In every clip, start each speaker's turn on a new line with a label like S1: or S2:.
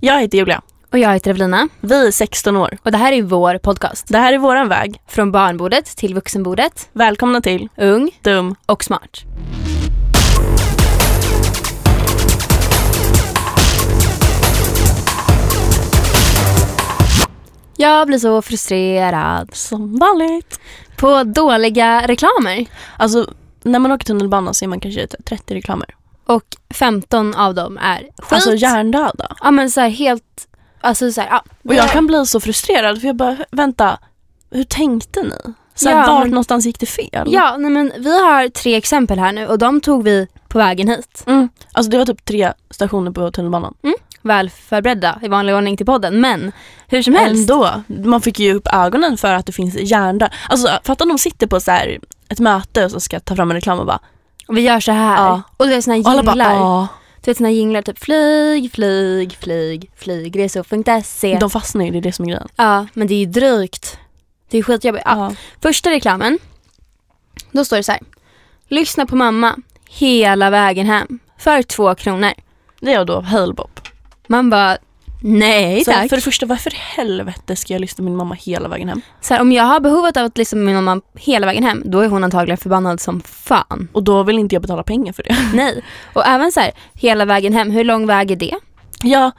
S1: Jag heter Julia.
S2: Och jag heter Evelina.
S1: Vi är 16 år.
S2: Och det här är vår podcast.
S1: Det här är våran väg.
S2: Från barnbordet till vuxenbordet.
S1: Välkomna till
S2: Ung
S1: Dum.
S2: och smart. Jag blir så frustrerad
S1: Som vanligt.
S2: på dåliga reklamer.
S1: Alltså, när man åker tunnelbana ser man kanske 30 reklamer.
S2: Och 15 av dem är skit.
S1: Alltså hjärndöda.
S2: ja men så här helt, alltså så här, ja.
S1: Och jag kan bli så frustrerad för jag bara, vänta, hur tänkte ni? Så här,
S2: Ja,
S1: vart
S2: men-
S1: någonstans gick det fel?
S2: Ja, nej men vi har tre exempel här nu och de tog vi på vägen hit.
S1: Mm. Alltså det var typ tre stationer på tunnelbanan.
S2: Väl förberedda i vanlig ordning till podden, men hur som helst.
S1: Ändå, man fick ju upp ögonen för att det finns hjärndöda. Alltså fatta om de sitter på så här, ett möte och så ska ta fram en reklam och bara,
S2: Och vi gör så här.
S1: Ja.
S2: Och du vet såna
S1: och alla
S2: jinglar.
S1: bara, "Ah."
S2: Du vet såna jinglar typ flyg, flyg, flyg, flygresor.se.
S1: de fastnar ju, det är det som är grejen.
S2: Ja, men det är ju drygt. Det är skitjobbigt. Ja.
S1: Ja.
S2: Första reklamen. Då står det så här. Lyssna på mamma hela vägen hem för två kronor.
S1: Det är då Halebop.
S2: Man bara, nej
S1: Så
S2: tack.
S1: För det första, varför i helvete ska jag lyssna på min mamma hela vägen hem?
S2: Så här, om jag har behovet av att lyssna på min mamma hela vägen hem, då är hon antagligen förbannad som fan.
S1: Och då vill inte jag betala pengar för det.
S2: Nej. Och även så här, hela vägen hem, hur lång väg är det?
S1: Ja,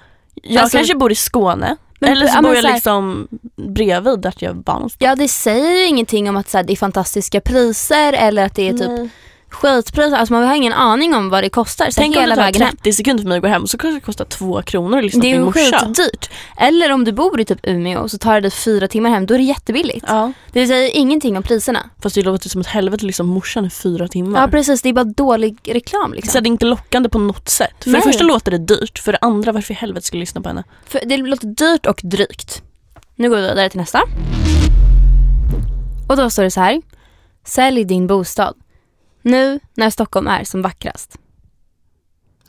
S1: jag
S2: Alltså-
S1: kanske bor i Skåne.
S2: Men-
S1: eller så
S2: ja, men
S1: bor jag
S2: så här-
S1: liksom bredvid där jag är barnstad.
S2: Ja, det säger ju ingenting om att så här, det är fantastiska priser eller att det är typ skitpriser. Alltså man har ingen aning om vad det kostar. Så
S1: Tänk om
S2: hela
S1: det tar
S2: vägen hem.
S1: 30 sekunder för mig att gå hem så kanske det kostar två kronor att lyssna
S2: Det är
S1: på min
S2: ju
S1: morsa.
S2: skitdyrt. Eller om du bor i typ Umeå så tar det dig fyra timmar hem, då är det jättebilligt.
S1: Ja.
S2: Det säger ingenting om priserna.
S1: Fast det låter som ett helvete liksom morsan i fyra timmar.
S2: Ja precis, det är bara dålig reklam liksom.
S1: så det är inte lockande på något sätt. För
S2: Nej.
S1: det första låter det dyrt, för det andra varför i helvete ska jag lyssna på henne?
S2: För det låter dyrt och drygt. Nu går vi vidare till nästa. Och då står det så här. Sälj din bostad. Nu när Stockholm är som vackrast.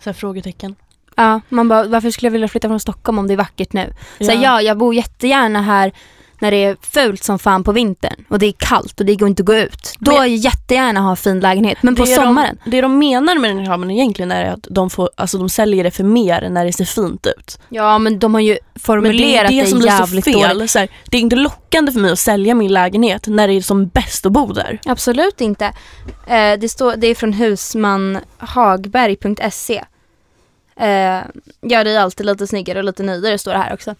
S1: Så här, frågetecken.
S2: Ja, man bara, varför skulle jag vilja flytta från Stockholm om det är vackert nu? Så här, ja, jag bor jättegärna här när det är fult som fan på vintern och det är kallt och det går inte att gå ut. Då
S1: Men-
S2: vill jag jättegärna ha en fin lägenhet, men på
S1: det
S2: sommaren.
S1: De, det de menar med den reklamen egentligen är att de, får, alltså de säljer det för mer när det ser fint ut.
S2: Ja, men de har ju
S1: Men det
S2: formulerat
S1: är det som blir
S2: jävligt
S1: så
S2: dåligt.
S1: fel. Så här, det är inte lockande för mig att sälja min lägenhet när det är som bäst att bo där.
S2: Absolut inte. Eh, det, står, det är från husmanhagberg.se. Eh, gör dig alltid lite snyggare och lite nöjdare står det här också.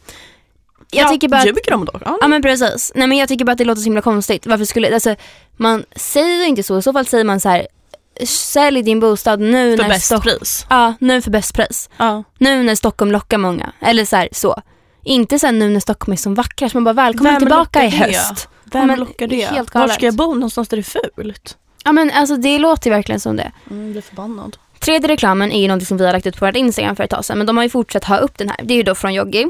S2: Jag
S1: ja,
S2: tycker bara att,
S1: ljuger de då? Ja.
S2: Ja men precis. Nej men jag tycker bara att det låter så himla konstigt. Varför skulle, alltså, man säger inte så. I så fall säger man så här, sälj din bostad nu
S1: För
S2: när
S1: bäst
S2: Stock-
S1: pris.
S2: Ja, nu för bäst pris.
S1: Ja.
S2: Nu när Stockholm lockar många. Eller så här, så. Inte sen nu när Stockholm är som vackrast. Man bara välkommen
S1: Vem
S2: tillbaka i
S1: lockar det?
S2: höst.
S1: Vem
S2: men
S1: lockar det?
S2: helt
S1: Var
S2: galet.
S1: ska jag bo? Någonstans där det är fult?
S2: Ja men alltså det låter ju verkligen som det.
S1: Mm, blir förbannad.
S2: Tredje reklamen är ju någonting som vi har lagt ut på vårt Instagram för ett tag sedan. Men de har ju fortsatt ha upp den här. Det är ju då från Joggi.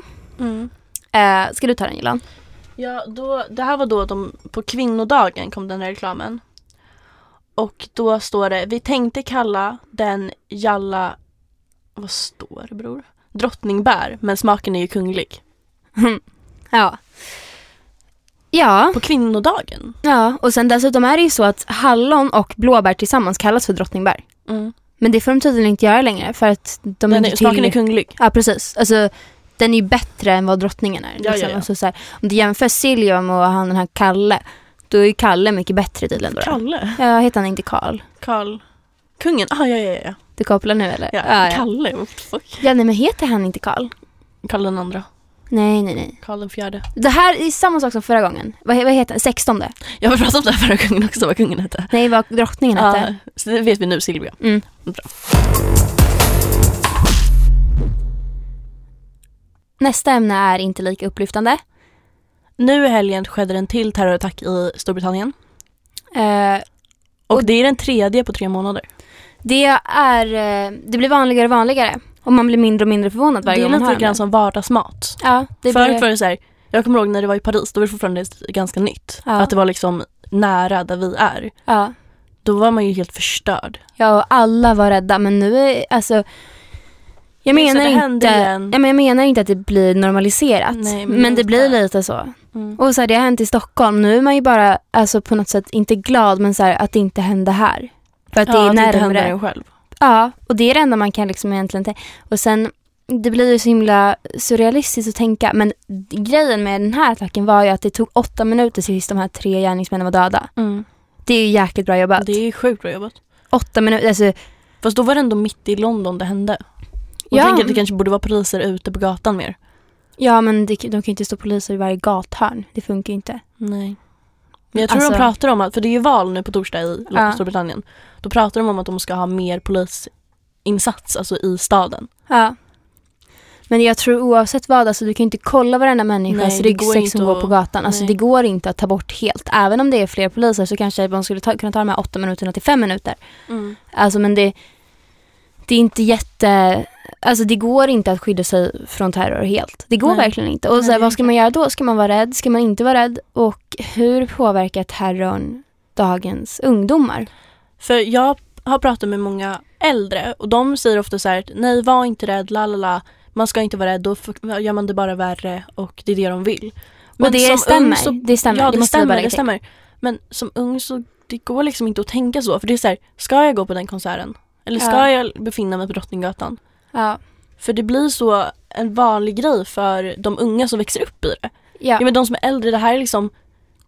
S2: Eh, ska du ta den Julan?
S1: Ja, då, det här var då de, på kvinnodagen kom den här reklamen. Och då står det, vi tänkte kalla den Jalla, vad står det bror? Drottningbär, men smaken är ju kunglig.
S2: Ja. Ja.
S1: På kvinnodagen.
S2: Ja, och sen dessutom är det ju så att hallon och blåbär tillsammans kallas för drottningbär. Men det får de tydligen inte göra längre för att de
S1: Mm. Den
S2: är
S1: är,
S2: inte
S1: smaken är
S2: till...
S1: kunglig.
S2: Ja, precis. Alltså, den är ju bättre än vad drottningen är.
S1: ja, ja.
S2: Alltså, så här, om du jämför Silvium och han den här Kalle, då är ju Kalle mycket bättre tydligen. Då.
S1: Kalle?
S2: Ja, heter han inte Karl?
S1: Karl. Kungen? Ah, ja, ja, ja.
S2: Du kopplar nu eller?
S1: ja.
S2: ja, ja.
S1: Kalle, what the fuck?
S2: ja nej, men heter han inte Karl?
S1: Karl den andra.
S2: Nej, nej, nej.
S1: Karl den fjärde.
S2: Det här är samma sak som förra gången. Vad, he- vad heter han? Sextonde?
S1: Jag har pratat om det här förra gången också, vad kungen hette.
S2: Nej, vad drottningen hette.
S1: Ja, så det vet vi nu, Silvia.
S2: Mm.
S1: Bra.
S2: Nästa ämne är inte lika upplyftande.
S1: Nu i helgen skedde en till terrorattack i Storbritannien.
S2: Eh,
S1: Och,
S2: Och-
S1: det är den tredje på tre månader.
S2: det, är, eh, det blir vanligare och vanligare. Och man blir mindre och mindre förvånad varje
S1: Det är
S2: gång man hör
S1: lite
S2: om
S1: grann
S2: det.
S1: som vardagsmat.
S2: Ja, det
S1: Förut
S2: blir...
S1: var det så här, jag kommer ihåg när det var i Paris, då var det fortfarande ganska nytt.
S2: Ja.
S1: Att det var liksom nära där vi är.
S2: ja.
S1: Då var man ju helt förstörd.
S2: ja, och alla var rädda. Men nu är alltså... Jag
S1: Det är så
S2: menar,
S1: det
S2: inte,
S1: händer
S2: ja,
S1: igen.
S2: men jag menar inte att det blir normaliserat.
S1: Nej, men
S2: men det
S1: lite.
S2: blir lite så.
S1: Mm.
S2: Och så här, det har hänt i Stockholm. Nu är man ju bara alltså, på något sätt, inte glad, men så här, att det inte hände här. För att det är
S1: det
S2: närmare.
S1: händer en själv.
S2: Ja, och det är det enda man kan liksom egentligen tänka. Och sen det blir ju så himla surrealistiskt att tänka. Men grejen med den här attacken var ju att det tog åtta minuter tills de här tre gärningsmännen var döda.
S1: Mm.
S2: Det är ju jäkligt bra jobbat.
S1: Det är sjukt bra jobbat.
S2: Åtta minuter, alltså
S1: Fast då var det ändå mitt i London det hände. Och
S2: Ja.
S1: Jag tänker att det kanske borde vara poliser ute på gatan mer.
S2: Ja, men det, de kan ju inte stå poliser i varje gathörn. Det funkar ju inte.
S1: Nej. Men jag tror
S2: Alltså-
S1: de pratar om att, för det är ju val nu på torsdag i Lo-
S2: Ja.
S1: Storbritannien. Då pratar de om att de ska ha mer polisinsats, alltså i staden.
S2: Ja. Men jag tror oavsett vad, alltså, du kan ju inte kolla varenda alltså, människas
S1: Nej, det går
S2: ryggsäck
S1: inte
S2: som går
S1: att-
S2: på gatan. Alltså,
S1: nej.
S2: det går inte att ta bort helt. Även om det är fler poliser så kanske man skulle ta, kunna ta de här åtta minuterna till fem minuter.
S1: Mm.
S2: Alltså, men det, det är inte jätte... Alltså det går inte att skydda sig från terror helt. Det går
S1: Nej.
S2: verkligen inte. Och
S1: Nej,
S2: så här,
S1: det är
S2: vad ska man göra då? Ska man vara rädd? Ska man inte vara rädd? Och hur påverkar terrorn dagens ungdomar?
S1: För jag har pratat med många äldre och de säger ofta så här att, nej var inte rädd, la la la. Man ska inte vara rädd, då f- gör man det bara värre och det är det de vill.
S2: Och det
S1: som
S2: stämmer.
S1: ung så-
S2: det stämmer.
S1: Ja det,
S2: måste vi bara
S1: stämmer,
S2: lägga
S1: det
S2: till.
S1: stämmer. Men som ung så det går liksom inte att tänka så. För det är så här, ska jag gå på den konserten? Eller ska
S2: Ja.
S1: jag befinna mig på Drottninggatan?
S2: Ja.
S1: För det blir så en vanlig grej för de unga som växer upp i det. Ja.
S2: Ja.
S1: men de som är äldre, det här är liksom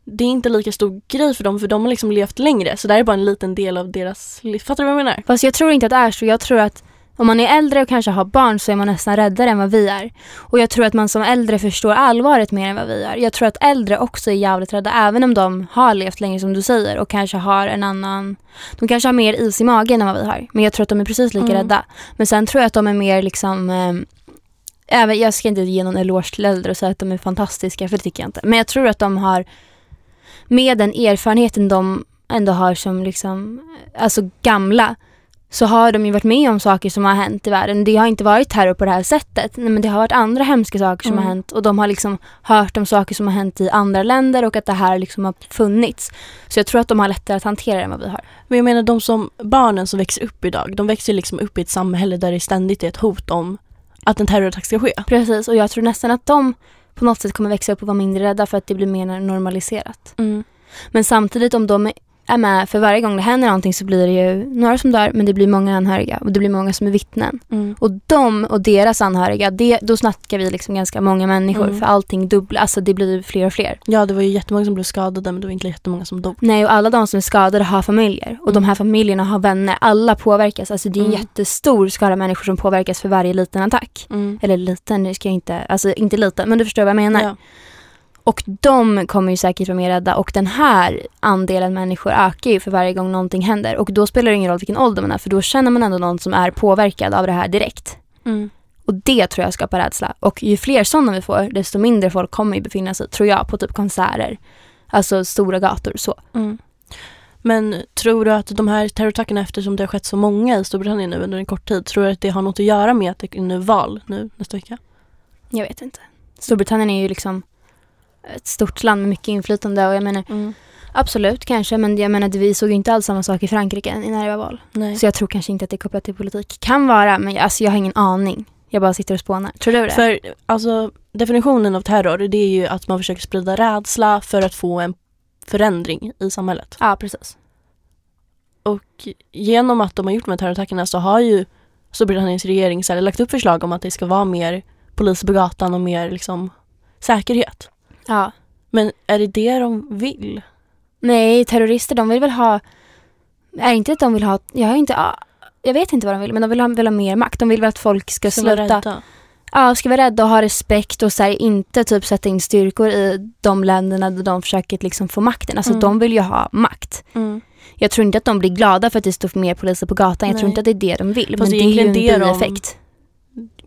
S1: det är inte lika stor grej för dem för de har liksom levt längre så det här är bara en liten del av deras liv. Fattar du vad jag menar?
S2: Fast jag tror inte att det är så. Jag tror att om man är äldre och kanske har barn så är man nästan räddare än vad vi är. Och jag tror att man som äldre förstår allvaret mer än vad vi gör. Jag tror att äldre också är jävligt rädda även om de har levt längre som du säger och kanske har en annan... De kanske har mer is i magen än vad vi har. Men jag tror att de är precis lika
S1: Mm.
S2: rädda. Men sen tror jag att de är mer liksom... ehm, Även, jag ska inte ge någon eloge till äldre och säga att de är fantastiska, för det tycker jag inte. Men jag tror att de har, med den erfarenheten de ändå har som liksom, alltså gamla, så har de ju varit med om saker som har hänt i världen. Det har inte varit terror på det här sättet. Nej, men det har varit andra hemska saker som
S1: Mm.
S2: har hänt och de har liksom hört om saker som har hänt i andra länder och att det här liksom har funnits. Så jag tror att de har lättare att hantera det än vad vi har.
S1: Men jag menar de som, barnen som växer upp idag, de växer liksom upp i ett samhälle där det ständigt är ett hot om att en terrorattack ska ske.
S2: Precis, och jag tror nästan att de på något sätt kommer växa upp och vara mindre rädda för att det blir mer normaliserat. Men samtidigt om de är med för varje gång det händer någonting så blir det ju några som dör men det blir många anhöriga och det blir många som är vittnen. Och de och deras anhöriga, det, då snackar vi liksom ganska många människor
S1: Mm.
S2: för allting dubbla, alltså det blir ju fler och fler.
S1: Ja det var ju jättemånga som blev skadade men det var inte jättemånga som dog.
S2: Nej och alla de som är skadade har familjer och de här familjerna har vänner, alla påverkas. Alltså det är en
S1: Mm.
S2: jättestor skara människor som påverkas för varje liten attack. Eller liten, nu ska jag inte, alltså inte liten men du förstår vad jag menar.
S1: Ja.
S2: Och de kommer ju säkert vara mer rädda och den här andelen människor ökar ju för varje gång någonting händer. Och då spelar det ingen roll vilken ålder man är för då känner man ändå någon som är påverkad av det här direkt. Och det tror jag skapar rädsla. Och ju fler sådana vi får desto mindre folk kommer ju befinna sig, tror jag, på typ konserter. Alltså stora gator så.
S1: mm. Men tror du att de här terrorattackerna eftersom det har skett så många i Storbritannien nu under en kort tid, tror du att det har något att göra med att det är nu val nu nästa vecka?
S2: Jag vet inte. Storbritannien är ju liksom ett stort land med mycket inflytande och jag menar absolut kanske men jag menar vi såg ju inte alls samma sak i Frankrike när det var val.
S1: Nej.
S2: Så jag tror kanske inte att det är kopplat till politik. Kan vara, men jag, alltså, jag har ingen aning. Jag bara sitter och spånar. Tror du det?
S1: För alltså, definitionen av terror det är ju att man försöker sprida rädsla för att få en förändring i samhället.
S2: Ja, precis.
S1: Och genom att de har gjort de här terrorattackerna så har ju Storbritanniens regering så här, lagt upp förslag om att det ska vara mer poliser på gatan och mer liksom, säkerhet.
S2: Ja.
S1: Men är det det de vill?
S2: Nej, terrorister de vill väl ha... Är inte att de vill ha... Jag har inte... ja, Jag vet inte vad de vill, men de vill ha, vill ha mer makt. De vill väl att folk ska
S1: vara
S2: sluta...
S1: rädda.
S2: Ja, ska vara rädda och ha respekt och så här, inte typ sätta in styrkor i de länderna där de försöker liksom få makten. Alltså
S1: Mm.
S2: de vill ju ha makt. Jag tror inte att de blir glada för att det står mer poliser på gatan. Jag tror
S1: Nej.
S2: inte att det är det de vill.
S1: Fast
S2: men
S1: det
S2: det
S1: är
S2: är ju en
S1: egentligen det de-
S2: bieffekt.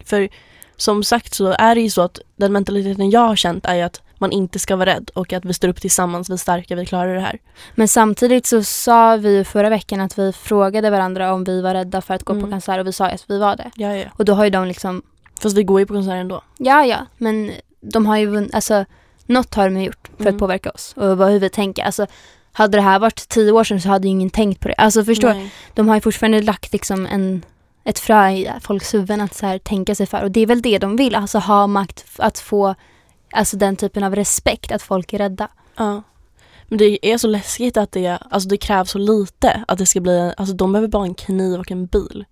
S1: För som sagt så är det ju så att den mentaliteten jag har känt är ju att man inte ska vara rädd och att vi står upp tillsammans, vi är starka, vi klarar det här.
S2: Men samtidigt så sa vi ju förra veckan att vi frågade varandra om vi var rädda för att gå på
S1: Mm.
S2: konsert och vi sa ju att vi var det.
S1: Ja, ja.
S2: Och då har ju de liksom,
S1: Fast vi går ju på konserter ändå.
S2: ja ja, men de har ju vunnit, alltså något har de ju gjort för
S1: Mm.
S2: att påverka oss och vad hur vi tänker. Alltså hade det här varit tio år sedan så hade ju ingen tänkt på det. Alltså förstår,
S1: Nej.
S2: de har ju fortfarande lagt liksom en, ett frö i folks huvuden att så här tänka sig för och det är väl det de vill, alltså ha makt f- att få Alltså den typen av respekt, att folk är rädda.
S1: Ja. Men det är så läskigt att det, alltså det krävs så lite att det ska bli, alltså de behöver bara en kniv och en bil.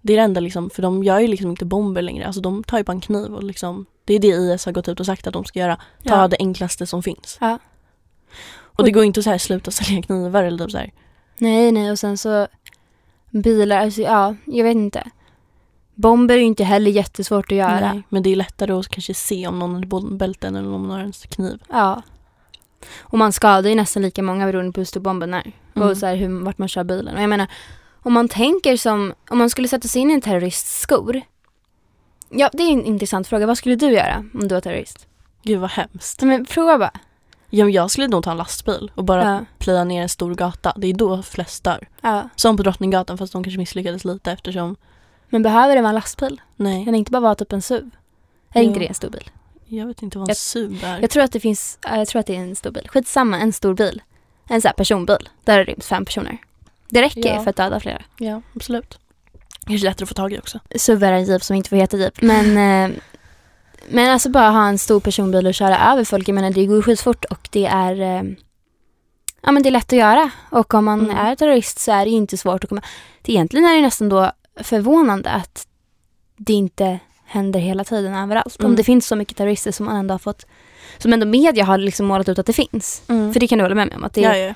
S1: Det är det enda liksom, för de gör ju liksom inte bomber längre. Alltså de tar ju bara en kniv och liksom, det är det IS har gått ut och sagt att de ska göra. Ta
S2: Ja.
S1: det enklaste som finns.
S2: Ja.
S1: Och det går inte att så här, sluta sälja knivar eller typ så här.
S2: Nej, nej och sen så bilar, alltså ja, jag vet inte. Bomber är ju inte heller jättesvårt att göra.
S1: Nej, Men det är lättare att kanske se om någon har bombbälten eller om någon har en kniv.
S2: Ja. Och man skadar ju nästan lika många beroende på hur stor bomben är.
S1: Mm.
S2: Och så här hur, vart man kör bilen. Och jag menar, om man tänker som, om man skulle sätta sig in i en terrorists skor. Ja, det är en intressant fråga. Vad skulle du göra om du var terrorist?
S1: Gud vad hemskt.
S2: Så, men prova bara.
S1: Ja, men jag skulle nog ta en lastbil och bara
S2: Ja.
S1: plöja ner en stor gata. Det är då flest dör.
S2: ja.
S1: Som på Drottninggatan fast de kanske misslyckades lite eftersom
S2: Men behöver det vara en lastbil?
S1: Nej,
S2: Kan det inte bara vara typ en SUV? Är
S1: Jo.
S2: inte det en stor bil?
S1: jag vet inte vad en
S2: Jag-
S1: sub är.
S2: Jag tror att det finns, ja, jag tror att det är en stor bil. Skitsamma, en stor bil. En sån här personbil. Där ryms fem personer. Det räcker
S1: Ja.
S2: för att döda flera.
S1: Ja, absolut. Kanske lättare att få tag i också.
S2: SUV är en jeep som inte får heta jeep. Men, eh, men alltså bara ha en stor personbil och köra över folk. Jag menar det går ju skitfort och det är eh, Ja men det är lätt att göra. Och om man
S1: Mm.
S2: är terrorist så är det ju inte svårt att komma... Det egentligen är det nästan då förvånande att det inte händer hela tiden överallt.
S1: Mm.
S2: Om det finns så mycket terrorister som man ändå har fått... Som ändå media har liksom målat ut att det finns. För
S1: För
S2: det kan du hålla med mig om. Att
S1: det,
S2: det,
S1: Mm.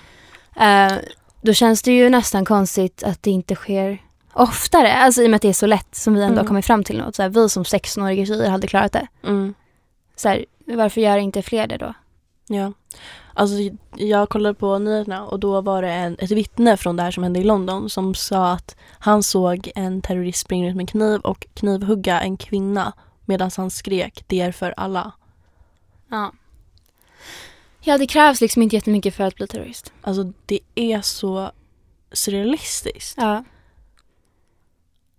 S1: ja, ja.
S2: Eh, då känns det ju nästan konstigt att det inte sker oftare. Alltså i och med att det är så lätt som vi ändå
S1: Mm.
S2: har kommit fram till nu. Att Så här, vi som 16-åriga tjejer hade klarat det.
S1: Mm.
S2: Så här, varför gör inte fler det då?
S1: ja. Alltså, jag kollade på nyheterna och då var det en, ett vittne från det här som hände i London som sa att han såg en terrorist springa ut med kniv och knivhugga en kvinna medan han skrek det är för alla.
S2: Ja. ja, det krävs liksom inte jättemycket för att bli terrorist.
S1: Alltså det är så surrealistiskt.
S2: Ja.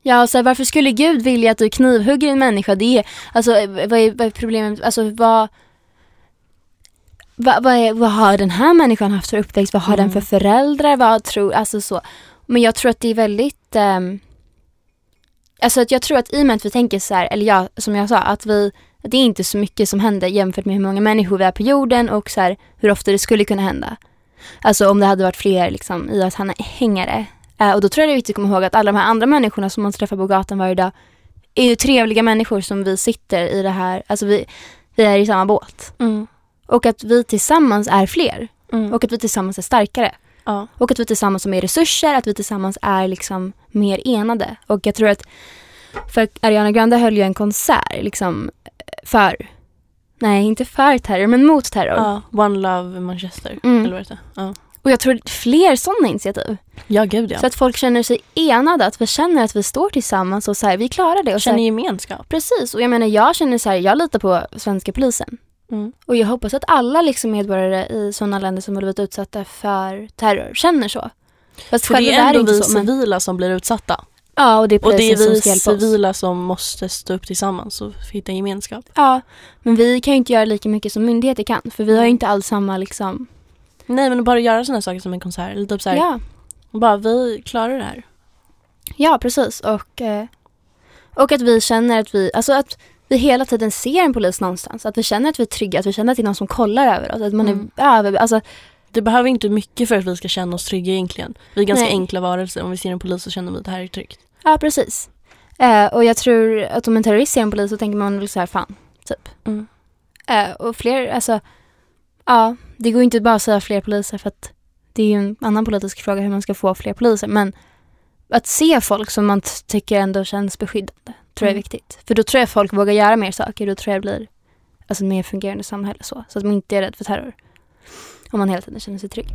S2: Ja, så här, varför skulle Gud vilja att du knivhugger en människa? Det är, alltså, eh, vad är, vad är problemet? Alltså, vad, vad, vad, är, vad har den här människan haft för uppväxt? Vad har
S1: Mm.
S2: den för föräldrar? Vad tror, alltså så. Men jag tror att det är väldigt, ehm, alltså att jag tror att i och med att vi tänker så här, eller jag, som jag sa, att vi, att det är inte så mycket som händer jämfört med hur många människor vi är på jorden och så här, hur ofta det skulle kunna hända. Alltså om det hade varit fler liksom, IS-hängare. Eh, och då tror jag det är viktigt att komma ihåg att alla de här andra människorna som man träffar på gatan varje dag är ju trevliga människor som vi sitter i det här, alltså vi, vi är i samma båt. Och att vi tillsammans är fler.
S1: Mm.
S2: Och att vi tillsammans är starkare.
S1: ja.
S2: Och att vi tillsammans har mer resurser, att vi tillsammans är liksom mer enade. Och jag tror att, för Ariana Grande höll ju en konsert liksom för, nej inte för terror men mot terror.
S1: ja. One Love Manchester.
S2: Mm.
S1: Eller vad heter det ja.
S2: Och jag tror fler sådana initiativ.
S1: ja, gud ja.
S2: Så att folk känner sig enade, att vi känner att vi står tillsammans och så här, vi klarar det. Och så här,
S1: Känner gemenskap.
S2: Precis, och jag menar jag känner så här, jag litar på svenska polisen.
S1: Mm.
S2: Och jag hoppas att alla liksom medborgare i sådana länder som har blivit utsatta för terror känner så. Fast
S1: För det
S2: själva
S1: är
S2: det
S1: ändå vi
S2: inte så. Men,
S1: civila som blir utsatta.
S2: ja, och det är
S1: Och det
S2: polisen
S1: är
S2: som
S1: vi
S2: ska hjälpa oss.
S1: civila som måste stå upp tillsammans och hitta gemenskap.
S2: Ja, men vi kan ju inte göra lika mycket som myndigheter kan. För vi har ju inte alls samma liksom...
S1: Nej men bara göra sådana saker som en konsert. Eller typ såhär,
S2: Ja,
S1: bara vi klarar det här.
S2: ja precis. Och, eh, och att vi känner att vi... Alltså att vi hela tiden ser en polis någonstans. Att vi känner att vi är trygga. Att vi känner att det är någon som kollar över oss. Att man
S1: Mm.
S2: är över... Alltså,
S1: Det behöver inte mycket för att vi ska känna oss trygga egentligen. Vi är ganska
S2: Nej.
S1: enkla varelser. Om vi ser en polis så känner vi att det här är tryggt.
S2: Ja, precis. Eh, och jag tror att om en terrorist ser en polis så tänker man väl så här, fan, typ.
S1: Mm.
S2: Eh, och fler, alltså, ja, det går ju inte bara att säga fler poliser för att det är ju en annan politisk fråga hur man ska få fler poliser, men att se folk som man t- tycker ändå känns beskyddande tror jag är
S1: Mm.
S2: viktigt. För då tror jag folk vågar göra mer saker, då tror jag det blir alltså, ett mer fungerande samhälle så, så att man inte är rädd för terror. Om man hela tiden känner sig trygg.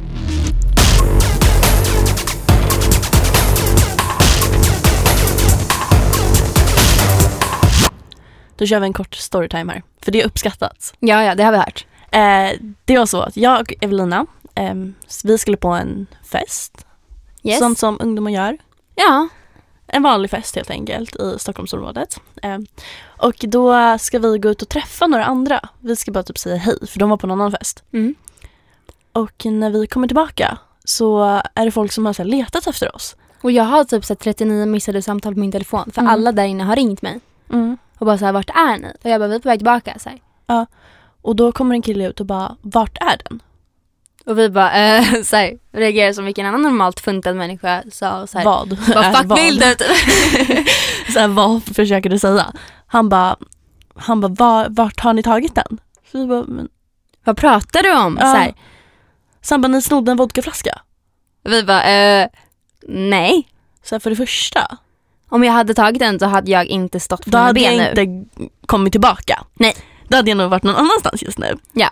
S1: Då kör vi en kort storytime här. För det är uppskattat.
S2: Ja, ja, det har vi hört.
S1: Eh, det var så att jag och Evelina, ehm, vi skulle på en fest.
S2: Yes.
S1: Sånt som ungdomar gör.
S2: Ja.
S1: en vanlig fest helt enkelt i Stockholmsområdet. Eh, och då ska vi gå ut och träffa några andra. Vi ska bara typ säga hej för de var på en annan fest.
S2: Mm.
S1: Och när vi kommer tillbaka så är det folk som har så här letat efter oss.
S2: Och jag har typ så här 39 missade samtal på min telefon för
S1: Mm.
S2: alla där inne har ringt mig och bara så här, vart är ni? Och jag bara, vi är på väg tillbaka. Så här.
S1: Och då kommer en kille ut och bara, vart är den?
S2: Och vi bara eh, så här, reagerade som vilken annan normalt funtad människa sa. och Så här,
S1: vad?
S2: bara,
S1: är
S2: fuck Typ.
S1: vad?
S2: bilden!
S1: Så här, vad försöker du säga? Han bara, han bara var, vart har ni tagit den? Så vi bara, men,
S2: Vad pratar du om?
S1: Ja.
S2: Så här,
S1: så han bara, ni snodde en vodkaflaska.
S2: vi bara eh, nej.
S1: Så här, för det första,
S2: Om jag hade tagit den så hade jag inte stått på
S1: då
S2: mina
S1: hade
S2: ben
S1: jag
S2: nu.
S1: inte kommit tillbaka.
S2: Nej.
S1: Då hade jag nog varit någon annanstans just nu.
S2: Ja.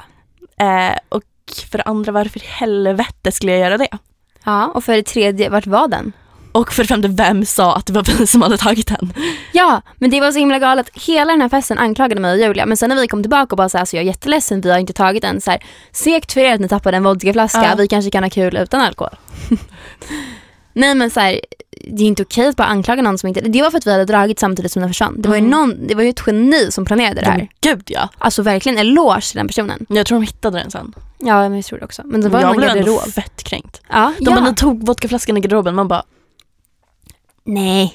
S1: Eh, och för det andra, varför i helvete skulle jag göra det?
S2: Ja, och för det tredje, vart var den?
S1: Och för det femte, vem sa att det var vi som hade tagit den?
S2: Ja, men det var så himla galet. Hela den här festen anklagade mig och Julia. Men sen när vi kom tillbaka och bara så här, så jag är jätteledsen, vi har inte tagit den. Så här, segt för er att ni tappade en vodkaflaska,
S1: Ja.
S2: vi kanske kan ha kul utan alkohol. Nej men så här, det är inte okej att bara anklaga någon som inte... Det var för att vi hade dragit samtidigt som den försvann. Det var ju,
S1: Mm.
S2: någon, det var ju ett geni som planerade det här.
S1: Men Gud ja.
S2: Alltså verkligen eloge till den personen.
S1: Jag tror de hittade den sen.
S2: Ja, men jag tror det också. Men det var
S1: jag
S2: någon
S1: blev ändå
S2: garderob.
S1: fett kränkt.
S2: Ja,
S1: De
S2: ja.
S1: bara, ni tog vodkaflaskan i garderoben. Man bara,
S2: Nej.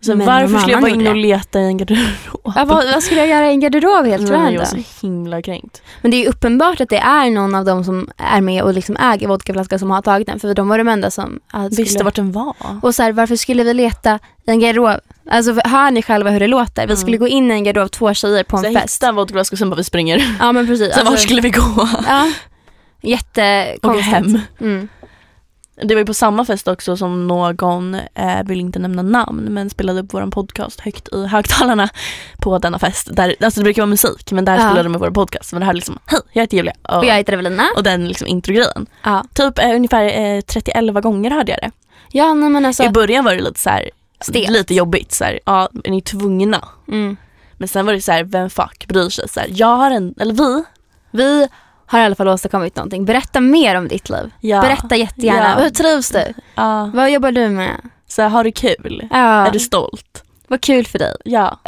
S1: så
S2: Men
S1: varför
S2: någon
S1: skulle jag
S2: annan
S1: vara inne och
S2: gjorde
S1: leta i en garderob?
S2: Ja, vad, vad skulle jag göra i en garderob helt
S1: Nej, jag
S2: random?
S1: var så himla kränkt.
S2: Men det är ju uppenbart att det är någon av dem som är med och liksom äger vodkaflaskan som har tagit den. För de var de enda som... hade- skulle-
S1: Visste vart den var.
S2: Och så här, varför skulle vi leta i en garderob? Alltså hör ni själva hur det låter? Vi skulle gå in i en garderob, två tjejer på
S1: Så
S2: en
S1: jag
S2: fest. Alltså-
S1: hittade en vodkaflaska och sen bara, vi springer. Sen
S2: Ja men precis.
S1: vart skulle vi gå?
S2: Ja.
S1: Och gå
S2: Jättekonstigt.
S1: hem.
S2: Mm.
S1: Det var ju på samma fest också som någon, eh, vill inte nämna namn, men spelade upp vår podcast högt i högtalarna på denna fest. Där, alltså det brukar vara musik, men där
S2: Ja.
S1: spelade de vår podcast. Men det här är liksom, hej jag heter Julia. Och,
S2: Och jag heter Evelina.
S1: och den liksom introgrejen.
S2: Ja,
S1: Typ eh, ungefär eh, 30-11 gånger hörde jag det.
S2: ja nej, men alltså.
S1: I början var det lite så här,
S2: Stelt.
S1: lite jobbigt. Så här, ja, är ni tvungna?
S2: Mm.
S1: Men sen var det så här, vem fuck bryr sig? Så här, jag har en, eller vi.
S2: Vi har i alla fall åstadkommit någonting. Berätta mer om ditt liv.
S1: Ja.
S2: Berätta jättegärna.
S1: Ja.
S2: Hur trivs du?
S1: Ja.
S2: Vad jobbar du med?
S1: Så här, har du kul?
S2: Ja,
S1: Är du stolt?
S2: vad kul för dig.
S1: Ja.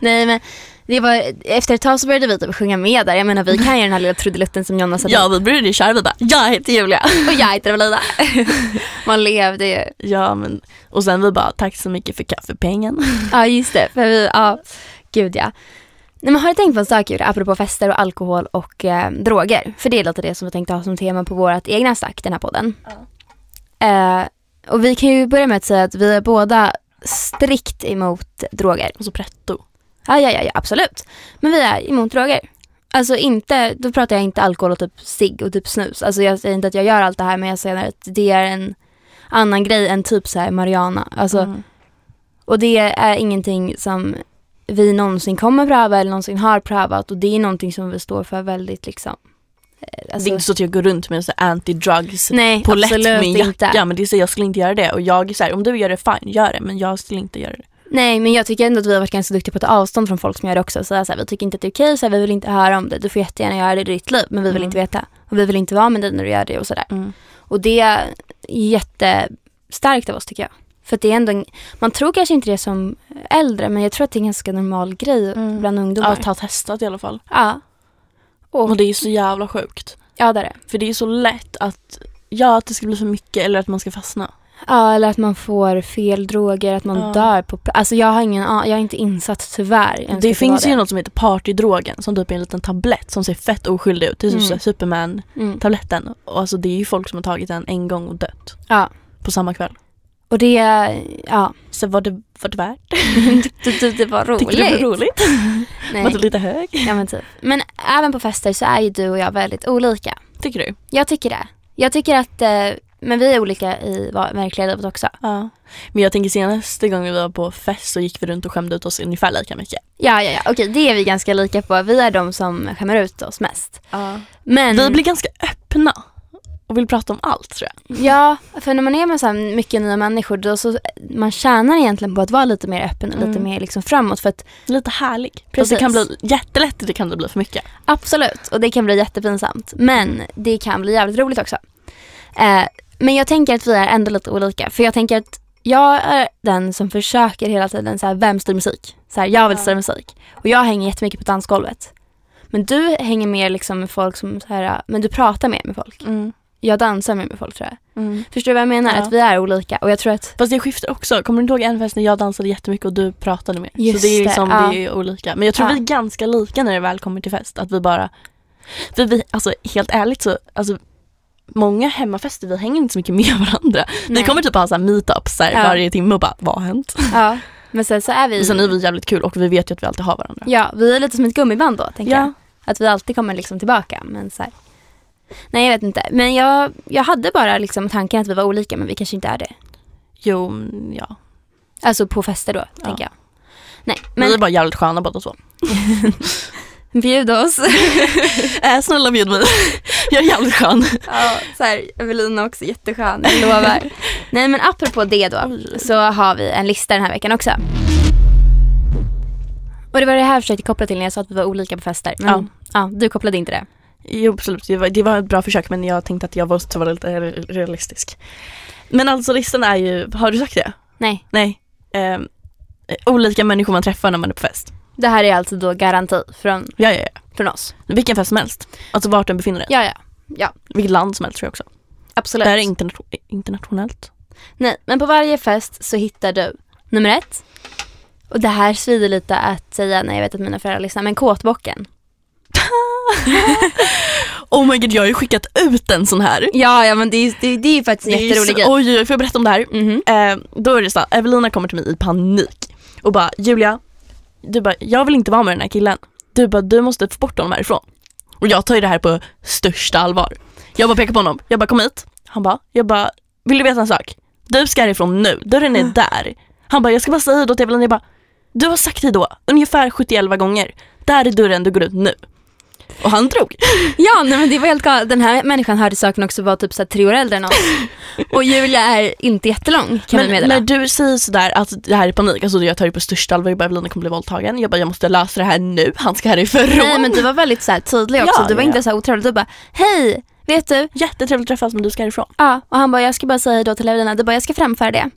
S2: Nej men det var, efter ett tag så började vi typ sjunga med där. Jag menar vi kan ju den här lilla trudelutten som Jonna satte
S1: Ja, vi började köra vi bara, jag heter Julia.
S2: upp. och jag heter Evelina. Man levde ju.
S1: Ja, men och sen vi bara tack så mycket för kaffepengen.
S2: Ja just det, för vi, ja gud ja. Nej, men har du tänkt på en sak Julia, apropå fester och alkohol och eh, droger? För det är lite det som vi tänkte ha som tema på vårt egna snack, den här podden. Eh, och vi kan ju börja med att säga att vi är båda strikt emot droger.
S1: Och så pretto.
S2: Ja, ja, ja, ja, absolut. Men vi är emot droger. Alltså inte, då pratar jag inte alkohol och typ cigg och typ snus. Alltså jag säger inte att jag gör allt det här men jag säger att det är en annan grej än typ så här marijuana. Alltså,
S1: Mm.
S2: Och det är ingenting som vi någonsin kommer pröva eller någonsin har prövat och det är någonting som vi står för väldigt liksom. eh,
S1: det är
S2: Alltså,
S1: inte så att jag går runt med så här anti-drugs
S2: nej,
S1: på lätt
S2: absolut
S1: med min jacka.
S2: inte.
S1: Men det är så, jag skulle inte göra det. Och jag är så här, om du gör det fine, gör det. Men jag skulle inte göra det.
S2: Nej, men jag tycker ändå att vi har varit ganska duktiga på att ta avstånd från folk som gör det också. Säga så här, vi tycker inte att det är okej, så här, vi vill inte höra om det. Du får jättegärna göra det i ditt liv, men vi vill
S1: Mm.
S2: inte veta. Och vi vill inte vara med dig när du gör det och sådär.
S1: Mm.
S2: Och det är jättestarkt av oss tycker jag. För att det är ändå, en- man tror kanske inte det som äldre, men jag tror att det är en ganska normal grej
S1: Mm.
S2: bland ungdomar.
S1: Att ha testat i alla fall.
S2: Ja,
S1: Och det är så jävla sjukt.
S2: ja, det är det.
S1: För det är så lätt att, ja att det ska bli för mycket eller att man ska fastna.
S2: Ja, eller att man får fel droger, att man
S1: Ja.
S2: dör på pla- Alltså jag har ingen an- jag är inte insatt tyvärr. ens
S1: det
S2: att
S1: finns
S2: var
S1: ju något som heter partydrogen som typ är en liten tablett som ser fett oskyldig ut. Det är typ
S2: Mm.
S1: så här Superman-tabletten.
S2: Mm.
S1: Och alltså det är ju folk som har tagit den en gång och dött.
S2: Ja.
S1: På samma kväll.
S2: Och det, ja,
S1: Så var det, var det värt?
S2: tyckte du Typ, det var roligt?
S1: Tyckte du det var roligt?
S2: Nej.
S1: Var du lite hög?
S2: Ja, men, typ. men även på fester så är ju du och jag väldigt olika.
S1: Tycker du?
S2: Jag tycker det. Jag tycker att, eh, men vi är olika i vad- verkliga livet också.
S1: Ja. Men jag tänker senaste gången vi var på fest så gick vi runt och skämde ut oss ungefär lika mycket.
S2: Ja, ja, ja, okej det är vi ganska lika på. Vi är de som skämmer ut oss mest.
S1: Ja.
S2: Men,
S1: Vi blir ganska öppna och vill prata om allt tror jag.
S2: ja, för när man är med så här mycket nya människor då så, man tjänar egentligen på att vara lite mer öppen och lite
S1: Mm.
S2: mer liksom framåt för att
S1: Lite härlig. Fast
S2: Precis.
S1: det kan bli jättelätt, det kan det bli för mycket.
S2: Absolut, och det kan bli jättepinsamt. Men det kan bli jävligt roligt också. Eh, men jag tänker att vi är ändå lite olika. För jag tänker att jag är den som försöker hela tiden, så här, vem styr musik? Så här, jag vill
S1: Ja.
S2: styra musik. Och jag hänger jättemycket på dansgolvet. Men du hänger mer liksom med folk som, så här, men du pratar mer med folk. Jag dansar mer med folk tror jag. Förstår du vad jag menar?
S1: Ja.
S2: Att vi är olika. Och jag tror att,
S1: Fast det skiftar också. Kommer du inte ihåg en fest när jag dansade jättemycket och du pratade mer?
S2: Just
S1: så det är
S2: det,
S1: liksom,
S2: ja.
S1: det är olika. Men jag tror
S2: Ja.
S1: vi är ganska lika när det väl kommer till fest. Att vi bara, för vi, alltså helt ärligt så, alltså många hemmafester, vi hänger inte så mycket med varandra. Vi
S2: Nej.
S1: kommer typ ha så här meetups så här,
S2: Ja.
S1: varje timme och bara, vad har hänt?
S2: Ja, men sen så är vi...
S1: Men sen är vi jävligt kul och vi vet ju att vi alltid har varandra.
S2: Ja, vi är lite som ett gummiband då, tänker
S1: Ja.
S2: jag. Att vi alltid kommer liksom tillbaka. Men så här. Nej, jag vet inte. Men jag, jag hade bara liksom tanken att vi var olika, men vi kanske inte är det.
S1: Jo, mm, ja.
S2: Alltså på fester då,
S1: Ja.
S2: tänker jag. Nej,
S1: Men... Vi är
S2: men
S1: bara jävligt sköna båda två.
S2: bjud oss.
S1: Äh, snälla bjud mig. Jag är jävligt skön.
S2: ja, så här, Evelina också jätteskön, jag lovar. Nej, men apropå det då, så har vi en lista den här veckan också. Och det var det här jag försökte koppla till när jag sa att vi var olika på fester. Men, ja.
S1: Ja.
S2: du kopplade inte det.
S1: Jo absolut, det var, det var ett bra försök men jag tänkte att jag måste vara lite re- realistisk. Men alltså listan är ju, har du sagt det?
S2: Nej,
S1: Nej. Ehm, olika människor man träffar när man är på fest.
S2: det här är alltså då garanti från,
S1: Ja, ja, ja.
S2: från oss.
S1: Vilken fest som helst. Alltså vart den befinner sig.
S2: Ja, ja. Ja,
S1: Vilket land som helst tror jag också.
S2: absolut.
S1: Det här är interna- internationellt.
S2: Nej, men på varje fest så hittar du nummer ett. Och det här svider lite att säga när jag vet att mina föräldrar lyssnar, men kåtbocken.
S1: Oh my god, jag har ju skickat ut en sån här.
S2: Ja, ja men det är, det, det är ju faktiskt en
S1: Det är ju så-
S2: jätterolig grej.
S1: Oj, oj, får jag berätta om det här?
S2: Mhm.
S1: Eh, då är det så här, Evelina kommer till mig i panik och bara Julia, du bara, jag vill inte vara med den här killen. Du bara, du måste få bort honom härifrån. Och jag tar ju det här på största allvar. Jag bara pekar på honom, jag bara kom hit. Han bara, jag bara, vill du veta en sak? Du ska härifrån nu, dörren är där. Han bara, jag ska bara säga då till Evelina, jag bara, du har sagt hej då ungefär 71 gånger. Där är dörren, du går ut nu. Och han drog.
S2: Ja, nej, men det var helt galet. Den här människan hörde saken också var typ så här tre år äldre än oss. Och Julia är inte jättelång kan vi
S1: Men
S2: meddela.
S1: när du säger sådär att det här är panik, alltså jag tar det på största allvar, jag bara Evelina kommer bli våldtagen. Jag bara jag måste lösa det här nu, han ska härifrån.
S2: Nej men du var väldigt så här tydlig också.
S1: Ja,
S2: du var
S1: ja,
S2: inte
S1: ja.
S2: så här otrevlig. Du bara, hej, vet du?
S1: Jättetrevligt att träffas men du ska härifrån.
S2: Ja, och han bara, jag ska bara säga hej då till Evelina. Du bara, jag ska framföra det.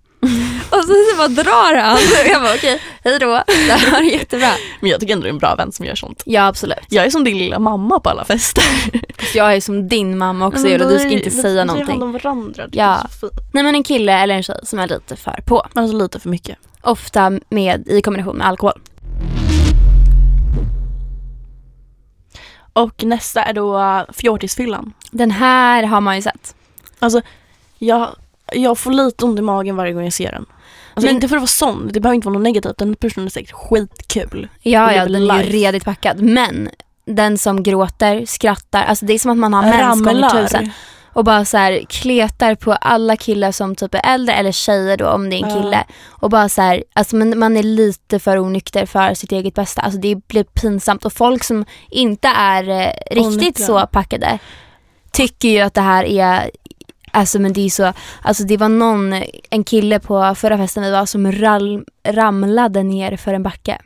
S2: och sen så bara drar han. Och jag bara, okej, hej då. Det här var jättebra.
S1: Men jag tycker ändå det är en bra vän som gör sånt.
S2: Ja, absolut.
S1: Jag är som din lilla mamma på alla fester.
S2: Jag är som din mamma också Julia, du ska inte säga någonting.
S1: om varandra,
S2: är Ja. Nej men en kille eller en tjej som är lite för på.
S1: Men alltså lite för mycket.
S2: Ofta med, i kombination med alkohol.
S1: Och nästa är då eh, fjortisfyllan.
S2: Den här har man ju sett.
S1: Alltså jag, jag får lite ont i magen varje gång jag ser den. Alltså
S2: Men-
S1: inte för att vara sån, det behöver inte vara något negativt, den personen är säkert skitkul.
S2: Ja,
S1: Live
S2: ja den är ju
S1: life.
S2: redigt packad. Men den som gråter, skrattar, alltså det är som att man har mens gånger tusen. Och bara så här kletar på alla killar som typ är äldre eller tjejer då om det är en
S1: Ja.
S2: kille. Och bara så här, alltså man, man är lite för onykter för sitt eget bästa. Alltså det blir pinsamt och folk som inte är eh, riktigt
S1: Onyktra.
S2: så packade tycker ju att det här är Alltså men det är så, alltså det var någon, en kille på förra festen vi var som rall, ramlade ner för en backe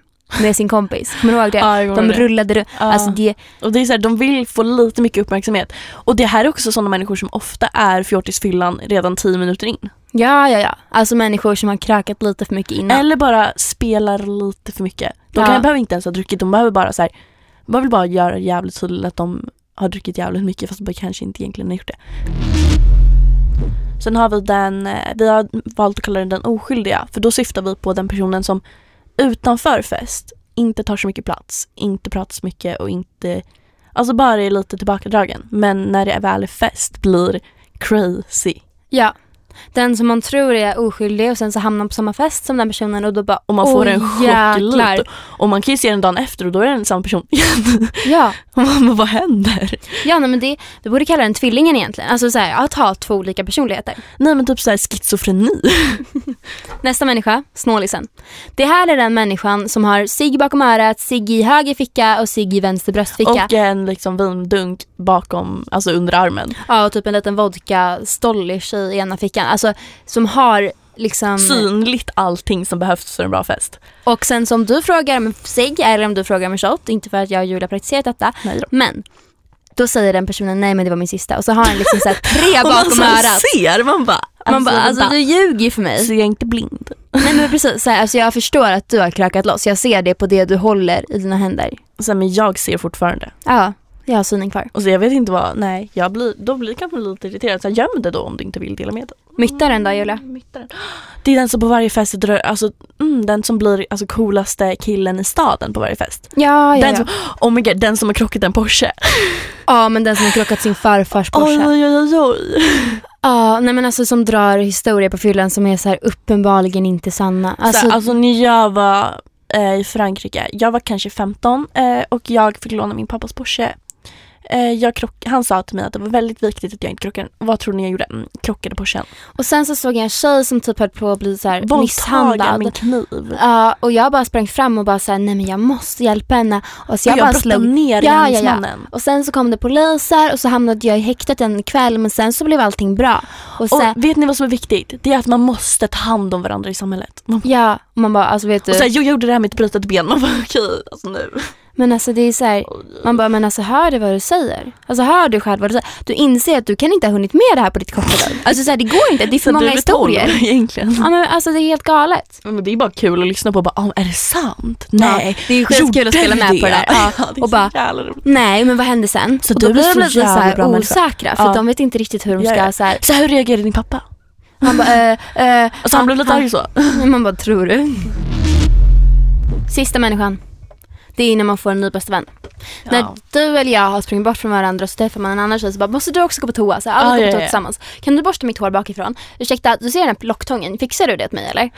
S2: med sin kompis. Kommer du ihåg det?
S1: Ja, jag kommer
S2: De
S1: ihåg det.
S2: rullade runt.
S1: Ja.
S2: Alltså det,
S1: Och det är så här, de vill få lite mycket uppmärksamhet. Och det här är också sådana människor som ofta är fjortisfyllan redan tio minuter in.
S2: ja ja ja. Alltså människor som har krökat lite för mycket innan.
S1: Eller bara spelar lite för mycket. De
S2: Ja.
S1: kan, behöver inte ens ha druckit, de behöver bara så här, man vill bara göra jävligt tydligt att de har druckit jävligt mycket fast de kanske inte egentligen har gjort det. Sen har vi den, eh, vi har valt att kalla den den oskyldiga för då syftar vi på den personen som utanför fest inte tar så mycket plats, inte pratar så mycket och inte, alltså bara är lite tillbakadragen. Men när det är väl är fest blir crazy.
S2: Ja. Den som man tror är oskyldig och sen så hamnar man på samma fest som den personen och då bara
S1: Och man får en chock i
S2: jäklar.
S1: livet. Och man kan ju se den dagen efter och då är den samma person igen.
S2: Ja,
S1: Men vad händer?
S2: ja nej, men det, du borde kalla den tvillingen egentligen. Alltså så här, att ha två olika personligheter.
S1: Nej men typ såhär schizofreni.
S2: Nästa människa, snålisen. Det här är den människan som har cigg bakom örat, cigg i höger ficka och cigg i vänster bröstficka.
S1: Och en liksom vindunk bakom, alltså under armen.
S2: Ja, och typ en liten vodka stollish i ena fickan. Alltså som har liksom...
S1: Mm. Synligt allting som behövs för en bra fest.
S2: Och sen som du frågar om cigg eller om du frågar om en shot, inte för att jag och Julia praktiserat detta,
S1: Nej då.
S2: Men då säger den personen nej men det var min sista och så har han liksom så här tre
S1: Och Alltså, man
S2: bakom
S1: så här
S2: örat.
S1: ser, man bara.
S2: Man bara alltså du ljuger ju för mig.
S1: Så jag är inte blind.
S2: Nej men precis, så här, alltså, jag förstår att du har krökat loss. Jag ser det på det du håller i dina händer.
S1: Så här, men jag ser fortfarande.
S2: Ja, jag har synen kvar.
S1: Och så jag vet inte vad, nej jag blir, då blir jag kanske lite irriterad. Så här, göm det då om du inte vill dela med dig.
S2: Myttaren då Julia?
S1: Myttaren. Det är den som på varje fest drar, alltså mm, den som blir alltså, coolaste killen i staden på varje fest.
S2: Ja,
S1: den som, oh my god, den som har krockat en Porsche.
S2: ja men den som har krockat sin farfars
S1: Oj,
S2: Porsche.
S1: oj, oj, oj.
S2: Ja, nej men alltså som drar historier på fyllan som är så här uppenbarligen inte sanna.
S1: Alltså,
S2: Alltså,
S1: alltså när jag var eh, i Frankrike, jag var kanske 15 eh, och jag fick låna min pappas Porsche. Eh, jag krock, han sa till mig att det var väldigt viktigt att jag inte krockade. Vad tror ni jag gjorde? Mm, krockade Porschen.
S2: och sen så såg jag en tjej som typ höll på att bli så här
S1: Våldtagen med
S2: misshandlad.
S1: kniv.
S2: Ja, och jag bara sprang fram och bara så här, nej men jag måste hjälpa henne. Och så
S1: jag
S2: jag,
S1: jag
S2: bara
S1: brottade
S2: slog.
S1: ner
S2: Ja, ja, ja.
S1: gärningsmannen.
S2: Och sen så kom det poliser och så hamnade jag i häktet en kväll men sen så blev allting bra. Och sen,
S1: Och vet ni vad som är viktigt? Det är att man måste ta hand om varandra i samhället. Man,
S2: ja, och man bara alltså vet du.
S1: och så här, jo, jag gjorde det här med ett brutet ben. Man bara okej, alltså nu.
S2: men alltså det är så här, man bara men alltså hör du vad du säger? Alltså hör du själv vad du säger? Du inser att du kan inte ha hunnit med det här på ditt korta liv. Alltså så här, det går inte, det är för
S1: Sen
S2: många
S1: du är tolv,
S2: historier.
S1: Egentligen.
S2: Ja men alltså det är helt galet.
S1: Men det är bara kul att lyssna på och bara, ah, är det sant? Nej.
S2: Ja, det är ju skitkul
S1: Gjorde
S2: att spela med
S1: du
S2: på det där. Ja.
S1: det är
S2: och bara,
S1: så jävla roligt.
S2: nej men vad hände sen?
S1: Så
S2: och
S1: du
S2: då
S1: är
S2: blir
S1: så
S2: de lite så
S1: jävla
S2: här
S1: bra människa.
S2: osäkra för
S1: Ja.
S2: de vet inte riktigt hur de
S1: Ja,
S2: ska
S1: ja.
S2: så här.
S1: Så här reagerade din pappa?
S2: Man bara, eh, eh,
S1: Alltså han blev lite arg så.
S2: Man bara, tror du? Sista människan. Det är när man får en ny bästa vän. När
S1: Ja.
S2: du eller jag har sprungit bort från varandra och så träffar man en annan tjej så bara “måste du också gå på toa?” så här,
S1: Ah,
S2: alla går
S1: ja,
S2: på toa
S1: ja.
S2: tillsammans. “Kan du borsta mitt hår bakifrån?” “Ursäkta, du ser den här locktången, fixar du det åt mig eller?”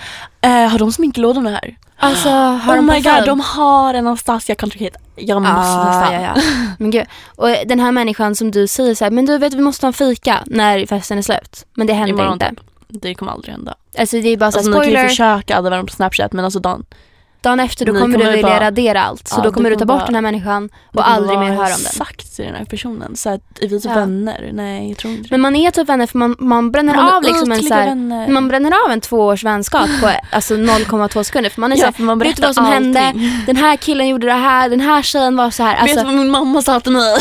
S1: Eh, har de sminklådorna här?
S2: Alltså har
S1: oh
S2: de
S1: my god,
S2: parfym?
S1: de har en Anastasia Country Kid. Jag måste
S2: ah,
S1: testa.
S2: ja, ja. Men gud. Och den här människan som du säger så här, men du vet vi måste ha en fika när festen är slut. Men det händer
S1: Imorgon
S2: inte.
S1: typ. Det kommer aldrig hända.
S2: Alltså det är bara så här,
S1: Alltså, ni kan ju
S2: spoiler,
S1: försöka adda varandra på Snapchat men alltså Dan,
S2: dagen efter då
S1: ni
S2: kommer, du
S1: kommer
S2: vilja
S1: bara-
S2: radera allt. Så
S1: Ja,
S2: då
S1: du
S2: kommer du ta
S1: kommer
S2: bort
S1: bara-
S2: den här människan
S1: Det
S2: och
S1: kommer
S2: aldrig mer
S1: vara
S2: höra om den.
S1: Exakt till den här personen. Så att är vi typ
S2: Ja.
S1: vänner? Nej, jag tror inte
S2: Men man är typ vänner för man, man bränner
S1: Man är
S2: av liksom en så
S1: ytliga
S2: här,
S1: vänner.
S2: man bränner av en tvåårs vänskap på alltså 0,2 sekunder för man är så
S1: ja,
S2: här,
S1: för man
S2: vet du
S1: berättar
S2: vad som
S1: allting.
S2: hände? Den här killen gjorde det här, den här tjejen var så här. Alltså,
S1: vet du vad min mamma sa till mig?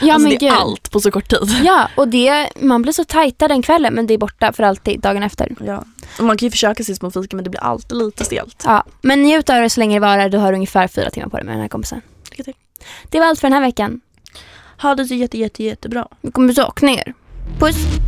S2: ja,
S1: alltså,
S2: men
S1: det är
S2: gud.
S1: allt på så kort tid.
S2: Ja, och det, man blir så tajta den kvällen men det är borta för alltid dagen efter.
S1: Ja. Och Man kan ju försöka ses på en fika men det blir alltid lite stelt.
S2: Ja, men njut av det så länge det varar. Du har ungefär fyra timmar på dig med den här kompisen.
S1: Lycka till.
S2: Det var allt för den här veckan.
S1: Ha det så jätte, jätte, jättebra.
S2: Vi kommer sakna er. Puss!